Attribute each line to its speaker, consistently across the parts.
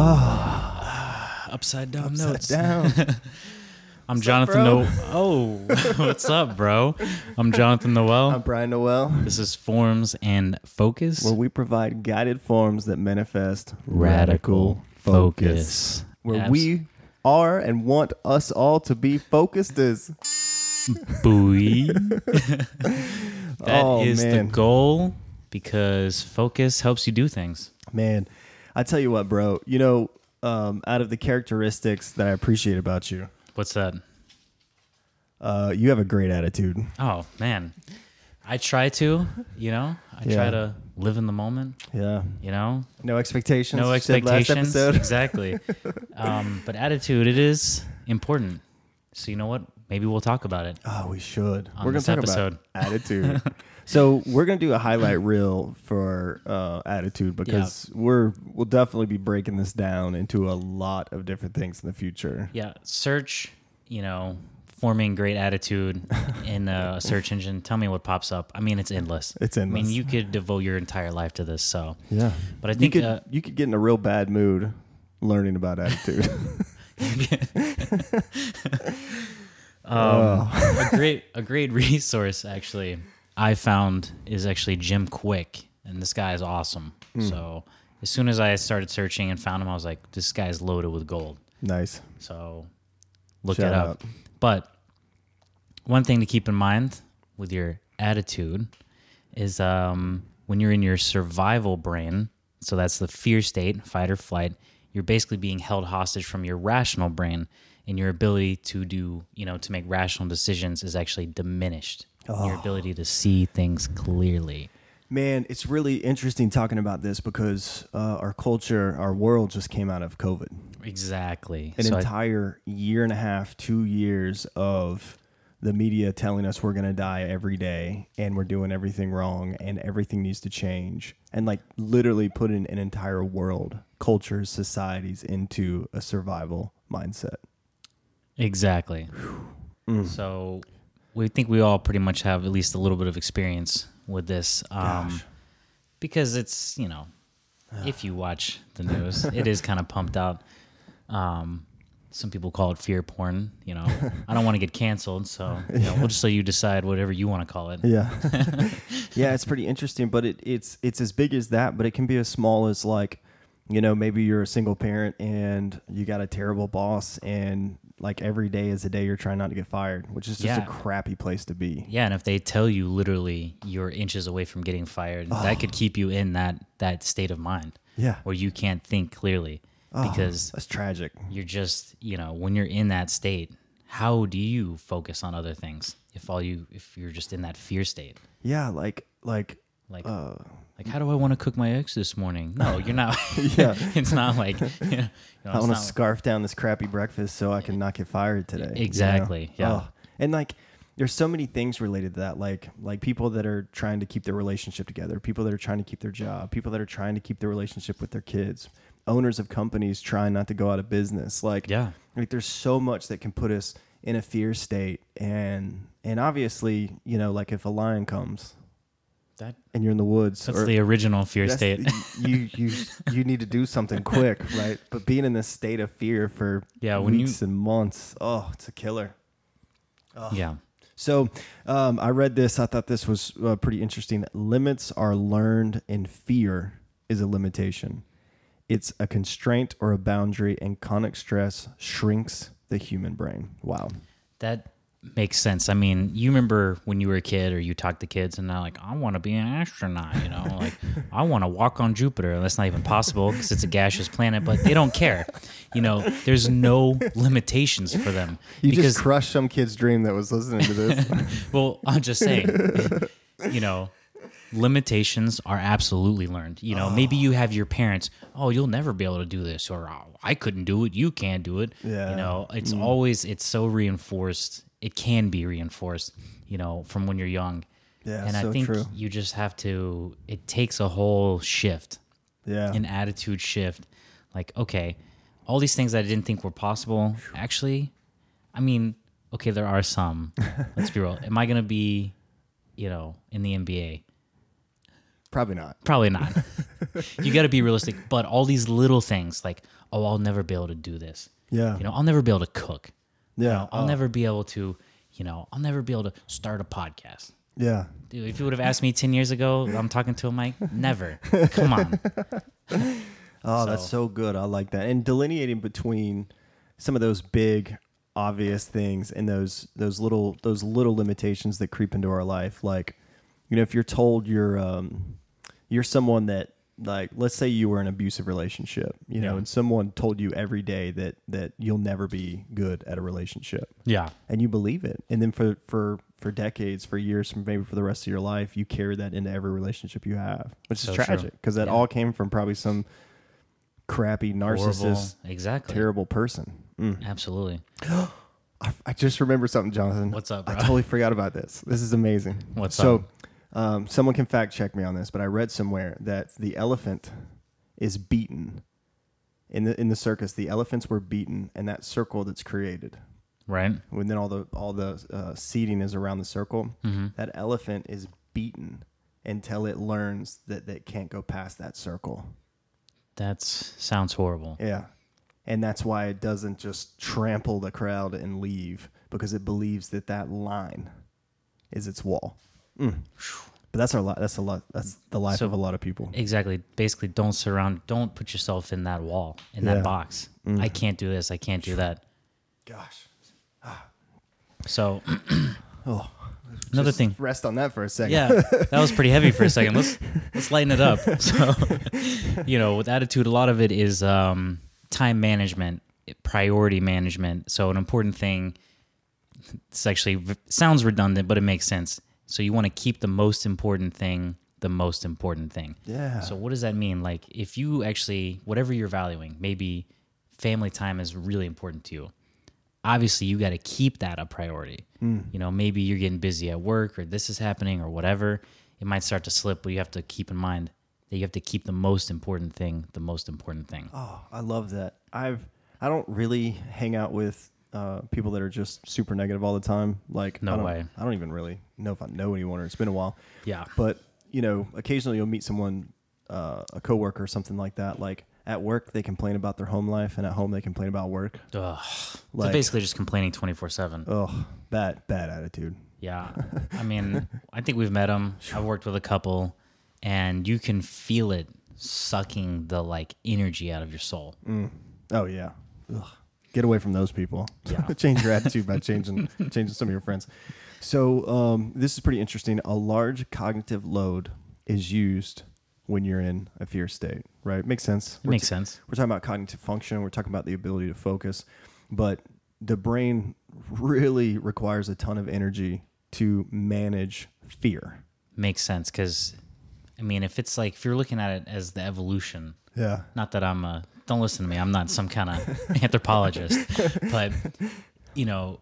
Speaker 1: Uh, Oh,
Speaker 2: upside down
Speaker 3: Oh. Upside
Speaker 2: notes.
Speaker 3: down.
Speaker 1: I'm
Speaker 2: What's up,
Speaker 1: Jonathan
Speaker 2: bro?
Speaker 1: Noel. Oh, what's up, bro? I'm Jonathan Noel.
Speaker 3: I'm uh, Brian Noel,
Speaker 1: this is Forms and Focus.
Speaker 3: where we provide guided forms that manifest Where
Speaker 1: Abs-
Speaker 3: we are and want us all to be focused is.
Speaker 1: Boy. That is
Speaker 3: Oh,
Speaker 1: the
Speaker 3: man.
Speaker 1: goal because focus helps you do things.
Speaker 3: Man, I tell you what, bro. You know, um, out of the characteristics that I appreciate about you,
Speaker 1: What's that?
Speaker 3: uh, you have a great attitude.
Speaker 1: Oh, man. I try to, you know, I
Speaker 3: Yeah.
Speaker 1: try to live in the moment,
Speaker 3: Yeah.
Speaker 1: you know,
Speaker 3: No expectations.
Speaker 1: no
Speaker 3: you said last
Speaker 1: expectations.
Speaker 3: episode.
Speaker 1: Exactly. um, but attitude, it is important. So, you know what? Maybe we'll talk about it.
Speaker 3: Oh, we should.
Speaker 1: On
Speaker 3: we're gonna
Speaker 1: this
Speaker 3: talk
Speaker 1: episode.
Speaker 3: about attitude. so we're gonna do a highlight reel for uh, attitude because we're we'll definitely be breaking this down into a lot of different things in the future.
Speaker 1: Yeah, search, you know, forming great attitude in a search engine. Tell me what pops up. I mean, it's endless.
Speaker 3: It's
Speaker 1: I
Speaker 3: endless.
Speaker 1: mean, you could devote your entire life to this. So,
Speaker 3: Yeah,
Speaker 1: but I
Speaker 3: you
Speaker 1: think
Speaker 3: could
Speaker 1: uh,
Speaker 3: you could get in a real bad mood learning about attitude.
Speaker 1: um, a great a great resource actually I found is actually Jim Quick, and this guy is awesome.
Speaker 3: Hmm.
Speaker 1: So as soon as I started searching and found him, I was like, this guy's loaded with gold.
Speaker 3: nice.
Speaker 1: So look
Speaker 3: Shout
Speaker 1: it up.
Speaker 3: out.
Speaker 1: But one thing to keep in mind with your attitude is um, when you're in your survival brain, so that's the fear state, fight or flight, you're basically being held hostage from your rational brain and your ability to do, you know, to make rational decisions is actually diminished. Your
Speaker 3: Oh.
Speaker 1: ability to see things clearly.
Speaker 3: Man, it's really interesting talking about this because uh, our culture, our world, just came out of COVID.
Speaker 1: Exactly.
Speaker 3: an
Speaker 1: So I-
Speaker 3: entire year and a half, two years of the media telling us we're going to die every day and we're doing everything wrong and everything needs to change and like literally putting an entire world, cultures, societies into a survival mindset.
Speaker 1: Exactly.
Speaker 3: Mm.
Speaker 1: So we think we all pretty much have at least a little bit of experience with this. Um,
Speaker 3: Gosh.
Speaker 1: because it's, you know, if you watch the news, it is kind of pumped out. Um, some people call it fear porn. You know, I don't want to get canceled, so you know, we'll just let you decide whatever you want to call it.
Speaker 3: Yeah. yeah, it's pretty interesting, but it, it's it's as big as that, but it can be as small as like, you know, maybe you're a single parent and you got a terrible boss and like every day is a day you're trying not to get fired, which is just
Speaker 1: Yeah.
Speaker 3: a crappy place to be.
Speaker 1: Yeah, and if they tell you literally you're inches away from getting fired, that could keep you in that that state of mind.
Speaker 3: Yeah.
Speaker 1: where you can't think clearly because
Speaker 3: That's tragic.
Speaker 1: you're just you know when you're in that state how do you focus on other things if all you if you're just in that fear state
Speaker 3: Yeah, like like
Speaker 1: like
Speaker 3: Uh,
Speaker 1: like how do i want to cook my eggs this morning no you're not
Speaker 3: Yeah.
Speaker 1: it's not like you know,
Speaker 3: I
Speaker 1: it's
Speaker 3: want to
Speaker 1: not-
Speaker 3: scarf down this crappy breakfast so I can not get fired today. you know? Oh,
Speaker 1: Exactly, yeah.
Speaker 3: And like there's so many things related to that like like people that are trying to keep their relationship together, people that are trying to keep their job, people that are trying to keep their relationship with their kids, owners of companies trying not to go out of business. Like
Speaker 1: Yeah.
Speaker 3: like there's so much that can put us in a fear state and and obviously, you know, like if a lion comes
Speaker 1: that,
Speaker 3: and you're in the woods
Speaker 1: that's
Speaker 3: or
Speaker 1: the original fear state
Speaker 3: that's- you you you need to do something quick, right? But being in this state of fear for
Speaker 1: Yeah, when you-
Speaker 3: weeks and months, oh, it's a killer.
Speaker 1: yeah
Speaker 3: So um, I read this. I thought this was uh, pretty interesting. Limits are learned, and fear is a limitation. It's a constraint or a boundary, and chronic stress shrinks the human brain. Wow.
Speaker 1: that makes sense i mean you remember when you were a kid or you talked to kids and they're like i want to be an astronaut you know like i want to walk on jupiter and that's not even possible because it's a gaseous planet but they don't care you know there's no limitations for them
Speaker 3: You just crushed some kid's dream that was listening to this.
Speaker 1: Well, I'm just saying, you know, limitations are absolutely learned. You know, maybe you have your parents, oh, you'll never be able to do this, or oh, I couldn't do it, you can't do it.
Speaker 3: Yeah. Mm.
Speaker 1: You know, it's always, it's so reinforced. It can be reinforced, you know, from when you're young.
Speaker 3: Yeah,
Speaker 1: and
Speaker 3: so
Speaker 1: I think
Speaker 3: true.
Speaker 1: you just have to, it takes a whole shift
Speaker 3: yeah.
Speaker 1: an attitude shift. Like, okay, all these things that I didn't think were possible, actually, I mean, okay, there are some. Let's be real. Am I going to be, you know, in the NBA?
Speaker 3: Probably not.
Speaker 1: Probably not. you got to be realistic. But all these little things, like, oh, I'll never be able to do this.
Speaker 3: Yeah.
Speaker 1: You know, uh, I'll never be able to cook.
Speaker 3: Yeah. uh,
Speaker 1: I'll never be able to, you know, I'll never be able to start a podcast.
Speaker 3: yeah.
Speaker 1: Dude, if you would have asked me 10 years ago, I'm talking to a mic, never. Come on.
Speaker 3: Oh, that's so good. I like that. And delineating between some of those big obvious things and those those little those little limitations that creep into our life. Like, you know, if you're told you're um you're someone that like let's say you were in an abusive relationship, you know,
Speaker 1: Yeah.
Speaker 3: and someone told you every day that that you'll never be good at a relationship.
Speaker 1: Yeah.
Speaker 3: and you believe it and then for for for decades for years for maybe for the rest of your life you carry that into every relationship you have which
Speaker 1: So
Speaker 3: is
Speaker 1: true.
Speaker 3: tragic because that all came from probably some crappy narcissist
Speaker 1: Horrible. Exactly.
Speaker 3: terrible person Mm.
Speaker 1: Absolutely.
Speaker 3: I, I just remember something jonathan
Speaker 1: What's up,
Speaker 3: i
Speaker 1: bro?
Speaker 3: totally forgot about this this is amazing
Speaker 1: What's
Speaker 3: so um, someone can fact check me on this but i read somewhere that the elephant is beaten in the in the circus the elephants were beaten and that circle that's created
Speaker 1: Right?
Speaker 3: and then all the all the uh, seating is around the circle.
Speaker 1: Mm-hmm.
Speaker 3: That elephant is beaten until it learns that that can't go past that circle.
Speaker 1: That sounds horrible.
Speaker 3: Yeah, and that's why it doesn't just trample the crowd and leave because it believes that that line is its wall. Mm. But that's our lot. That's a lot. That's the life
Speaker 1: So-
Speaker 3: of a lot of people.
Speaker 1: Exactly. Basically, don't surround, don't put yourself in that wall, in
Speaker 3: Yeah.
Speaker 1: that box. I can't do this. I can't do that.
Speaker 3: Gosh.
Speaker 1: So,
Speaker 3: Oh.
Speaker 1: another
Speaker 3: Just
Speaker 1: thing.
Speaker 3: Rest on that for a second.
Speaker 1: Yeah, that was pretty heavy for a second. Let's let's lighten it up. So, you know, with attitude, a lot of it is um, time management, priority management. So, an important thing. It's actually v- sounds redundant, but it makes sense. So, you want to keep the most important thing the most important thing.
Speaker 3: Yeah.
Speaker 1: So, what does that mean? Like, if you actually whatever you're valuing, maybe family time is really important to you obviously you got to keep that a priority.
Speaker 3: Mm.
Speaker 1: You know, maybe you're getting busy at work or this is happening or whatever. It might start to slip, but you have to keep in mind that you have to keep the most important thing the most important thing.
Speaker 3: Oh, I love that. I've I don't really hang out with uh, people that are just super negative all the time. Like
Speaker 1: No
Speaker 3: I don't,
Speaker 1: way.
Speaker 3: I don't even really know if I know anyone or it's been a while.
Speaker 1: Yeah.
Speaker 3: But you know, occasionally you'll meet someone, uh, a coworker or something like that. Like at work, they complain about their home life, and at home, they complain about work.
Speaker 1: Ugh. so
Speaker 3: Like-
Speaker 1: basically just complaining 24/7.
Speaker 3: Oh, bad bad attitude.
Speaker 1: Yeah. I mean, I think we've met them. I've worked with a couple and you can feel it sucking the like energy out of your soul.
Speaker 3: Oh yeah. Ugh. Get away from those people.
Speaker 1: Yeah.
Speaker 3: Change your attitude by changing changing some of your friends. So um, this is pretty interesting. A large cognitive load is used when you're in a fear state, right? Makes sense.
Speaker 1: It makes sense.
Speaker 3: We're talking about cognitive function. We're talking about the ability to focus, but the brain really requires a ton of energy to manage fear.
Speaker 1: Makes sense cuz I mean, if it's like if you're looking at it as the evolution
Speaker 3: Yeah.
Speaker 1: not that I'm a don't listen to me. I'm not some kind of anthropologist, but you know,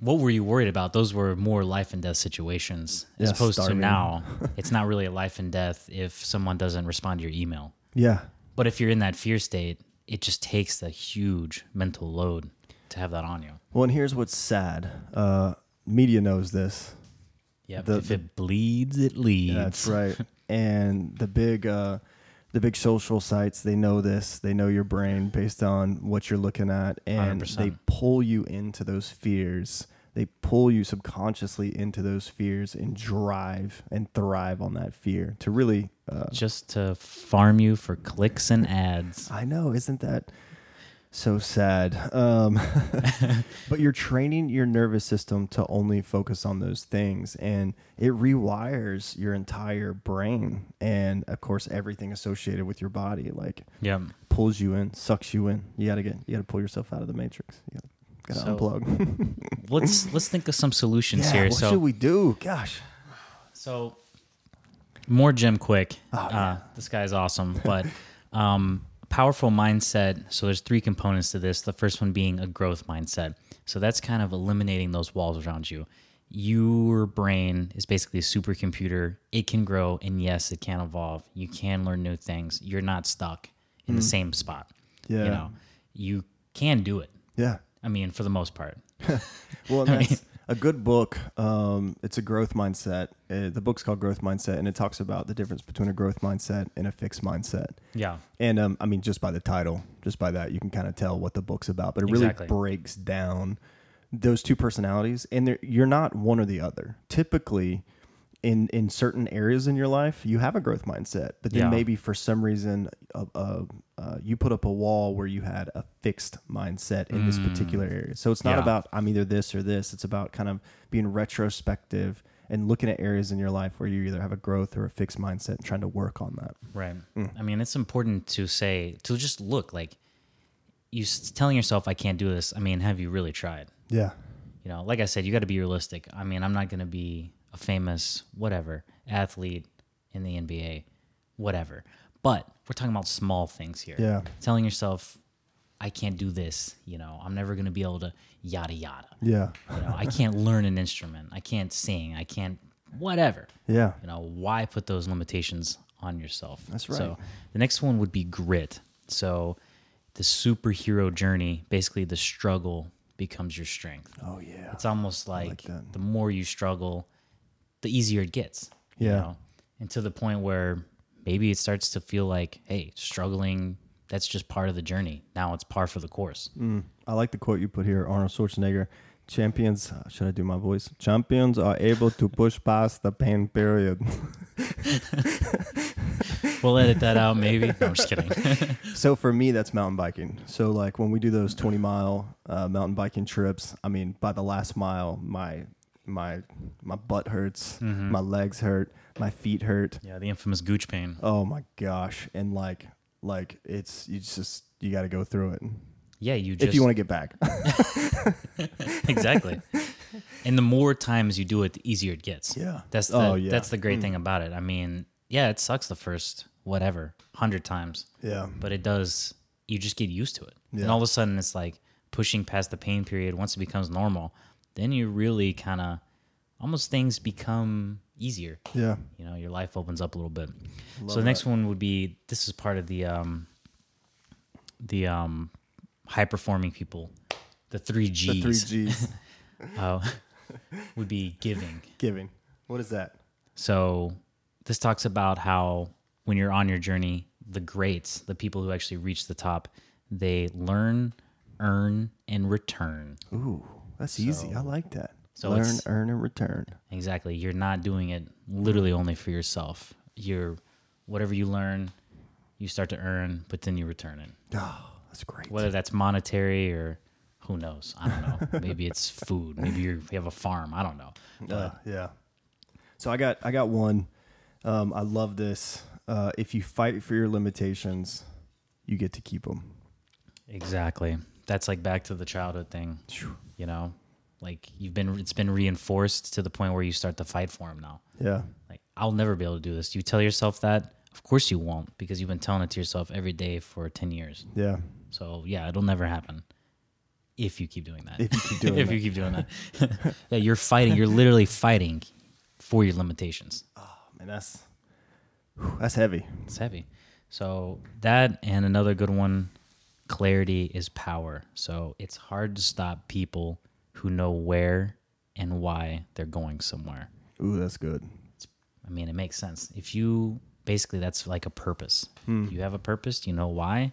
Speaker 1: what were you worried about? Those were more life and death situations as
Speaker 3: Yeah,
Speaker 1: opposed
Speaker 3: starving.
Speaker 1: to now. It's not really a life and death if someone doesn't respond to your email.
Speaker 3: Yeah.
Speaker 1: But if you're in that fear state, it just takes a huge mental load to have that on you.
Speaker 3: Well, and here's what's sad. Uh, media knows this.
Speaker 1: Yeah,
Speaker 3: The-
Speaker 1: if it bleeds, it leads.
Speaker 3: That's right. and the big, uh, the big social sites, they know this. They know your brain based on what you're looking at, and
Speaker 1: 100%.
Speaker 3: they pull you into those fears. They pull you subconsciously into those fears and drive and thrive on that fear to really. Uh,
Speaker 1: Just to farm you for clicks and ads.
Speaker 3: I know, isn't that so sad? Um, but you're training your nervous system to only focus on those things, and it rewires your entire brain, and of course, everything associated with your body. Like
Speaker 1: Yep.
Speaker 3: pulls you in, sucks you in. You gotta get, you gotta pull yourself out of the matrix. You gotta,
Speaker 1: So-
Speaker 3: gotta unplug.
Speaker 1: Let's let's think of some solutions
Speaker 3: Yeah,
Speaker 1: here.
Speaker 3: what
Speaker 1: so
Speaker 3: should we do? Gosh,
Speaker 1: So, more Jim Quick.
Speaker 3: Oh,
Speaker 1: uh, this guy's awesome, but um, powerful mindset. So there's three components to this. The first one being a growth mindset. So that's kind of eliminating those walls around you. Your brain is basically a supercomputer. It can grow, and yes, it can evolve. You can learn new things. You're not stuck in the same spot.
Speaker 3: Mm. Yeah.
Speaker 1: You know, you can do it.
Speaker 3: yeah.
Speaker 1: I mean, for the most part.
Speaker 3: Well, and that's a good book. Um, it's a growth mindset. Uh, the book's called Growth Mindset, and it talks about the difference between a growth mindset and a fixed mindset.
Speaker 1: Yeah.
Speaker 3: And um, I mean, just by the title, just by that, you can kind of tell what the book's about. But it really
Speaker 1: Exactly.
Speaker 3: breaks down those two personalities, and they're- you're not one or the other. Typically, in in certain areas in your life, you have a growth mindset, but then
Speaker 1: Yeah.
Speaker 3: maybe for some reason, uh, uh, uh, you put up a wall where you had a fixed mindset in this particular area. So it's
Speaker 1: Mm.
Speaker 3: not
Speaker 1: Yeah.
Speaker 3: about I'm either this or this. It's about kind of being retrospective and looking at areas in your life where you either have a growth or a fixed mindset and trying to work on that.
Speaker 1: Right. I mean, it's important to say to just look like you s- telling yourself, "I can't do this." I mean, have you really tried?
Speaker 3: Yeah.
Speaker 1: You know, like I said, you got to be realistic. I mean, I'm not going to be a famous whatever athlete in the NBA, whatever. But we're talking about small things here.
Speaker 3: Yeah.
Speaker 1: Telling yourself, "I can't do this." You know, I'm never going to be able to yada yada.
Speaker 3: Yeah.
Speaker 1: You know, I can't learn an instrument. I can't sing. I can't whatever
Speaker 3: Yeah.
Speaker 1: you know why put those limitations on yourself
Speaker 3: That's right.
Speaker 1: so the next one would be grit so the superhero journey basically the struggle becomes your strength
Speaker 3: Oh yeah.
Speaker 1: it's almost like,
Speaker 3: that.
Speaker 1: the more you struggle the easier it gets you
Speaker 3: Yeah.
Speaker 1: know? and to the point where maybe it starts to feel like hey struggling that's just part of the journey now it's par for the course
Speaker 3: I like the quote you put here, Arnold Schwarzenegger. Champions, uh, should I do my voice? Champions are able to push past the pain period.
Speaker 1: we'll edit that out maybe no, i'm just kidding
Speaker 3: so for me, that's mountain biking. So like when we do those twenty mile uh, mountain biking trips, I mean, by the last mile, my my my butt hurts, my legs hurt, my feet hurt.
Speaker 1: yeah the infamous gooch pain
Speaker 3: Oh my gosh! And like like it's you just you got to go through it
Speaker 1: yeah you just
Speaker 3: if you want to get back.
Speaker 1: exactly. And the more times you do it, the easier it gets.
Speaker 3: Yeah.
Speaker 1: That's the
Speaker 3: Oh, yeah.
Speaker 1: that's the great thing about it. I mean, yeah, it sucks the first whatever hundred times,
Speaker 3: yeah,
Speaker 1: but it does. You just get used to it, and all of a sudden it's like pushing past the pain period. Once it becomes normal, then you really kind of almost things become easier.
Speaker 3: yeah,
Speaker 1: You know, your life opens up a little bit. so the next one would be this is part of the um the um high performing people, the three Gs
Speaker 3: the three G's
Speaker 1: uh, would be giving.
Speaker 3: giving. What is that?
Speaker 1: So this talks about how when you're on your journey, the greats, the people who actually reach the top, they learn, earn, and return.
Speaker 3: Ooh, that's easy. I like that.
Speaker 1: so
Speaker 3: Learn,
Speaker 1: it's-
Speaker 3: earn, and return.
Speaker 1: Exactly. You're not doing it literally only for yourself. You're whatever you learn, you start to earn, but then you return it.
Speaker 3: Oh, that's great.
Speaker 1: Whether that's monetary or who knows? I don't know. Maybe it's food. Maybe you're, you have a farm. I don't know.
Speaker 3: Uh, yeah. So I got I got one. Um, I love this. Uh, if you fight for your limitations, you get to keep them.
Speaker 1: Exactly. That's like back to the childhood thing. You know, like you've been, it's been reinforced to the point where you start to fight for him now.
Speaker 3: Yeah.
Speaker 1: Like, I'll never be able to do this. You tell yourself that. Of course you won't because you've been telling it to yourself every day for 10 years.
Speaker 3: Yeah.
Speaker 1: So, yeah, it'll never happen if you keep doing that.
Speaker 3: If you keep doing
Speaker 1: if
Speaker 3: that.
Speaker 1: you keep doing that. yeah, you're fighting. You're literally fighting for your limitations.
Speaker 3: Oh, man, that's whew, that's heavy.
Speaker 1: It's heavy. So that and another good one, clarity is power. So it's hard to stop people who know where and why they're going somewhere.
Speaker 3: Ooh, that's good.
Speaker 1: I mean, it makes sense. If you basically that's like a purpose.
Speaker 3: Hmm.
Speaker 1: You have a purpose, you know why.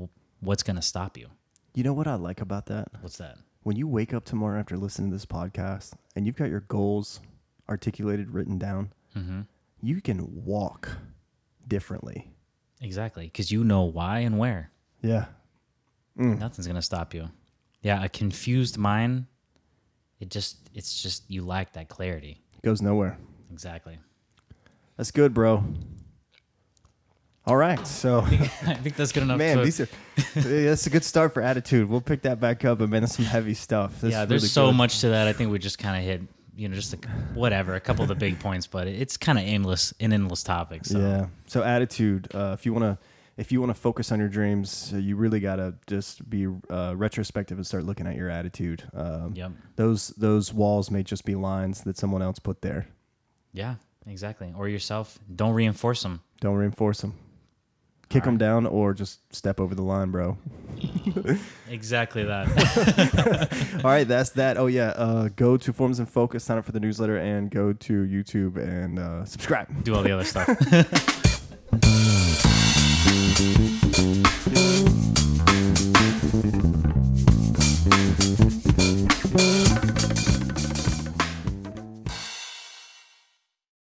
Speaker 1: wh- What's going to stop you?
Speaker 3: You know what I like about that?
Speaker 1: What's that?
Speaker 3: When you wake up tomorrow after listening to this podcast and you've got your goals articulated, written down, you can walk differently.
Speaker 1: Exactly, cuz you know why and where.
Speaker 3: Yeah. Hmm.
Speaker 1: Nothing's going to stop you. Yeah, a confused mind it just it's just you lack that clarity.
Speaker 3: Goes nowhere.
Speaker 1: Exactly.
Speaker 3: That's good, bro. All right. So,
Speaker 1: I think that's good enough.
Speaker 3: man,
Speaker 1: to-
Speaker 3: these are that's a good start for attitude. We'll pick that back up, but man, that's some heavy stuff. That's
Speaker 1: yeah, there's
Speaker 3: really
Speaker 1: so
Speaker 3: good.
Speaker 1: much to that. I think we just kind of hit, you know, just a, whatever, a couple of the big points, but it's kind of endless, an endless topic. So
Speaker 3: Yeah. So attitude. Uh, if you want to, if you want to focus on your dreams, uh, you really gotta just be uh, retrospective and start looking at your attitude. Um,
Speaker 1: Yep.
Speaker 3: Those those walls may just be lines that someone else put there.
Speaker 1: yeah, exactly. Or yourself, don't reinforce them.
Speaker 3: Don't reinforce them. Kick them down or just step over the line, bro.
Speaker 1: Exactly that.
Speaker 3: All right, that's that. Oh yeah, uh, go to Forms and Focus, sign up for the newsletter, and go to YouTube and uh, subscribe.
Speaker 1: Do all the other stuff.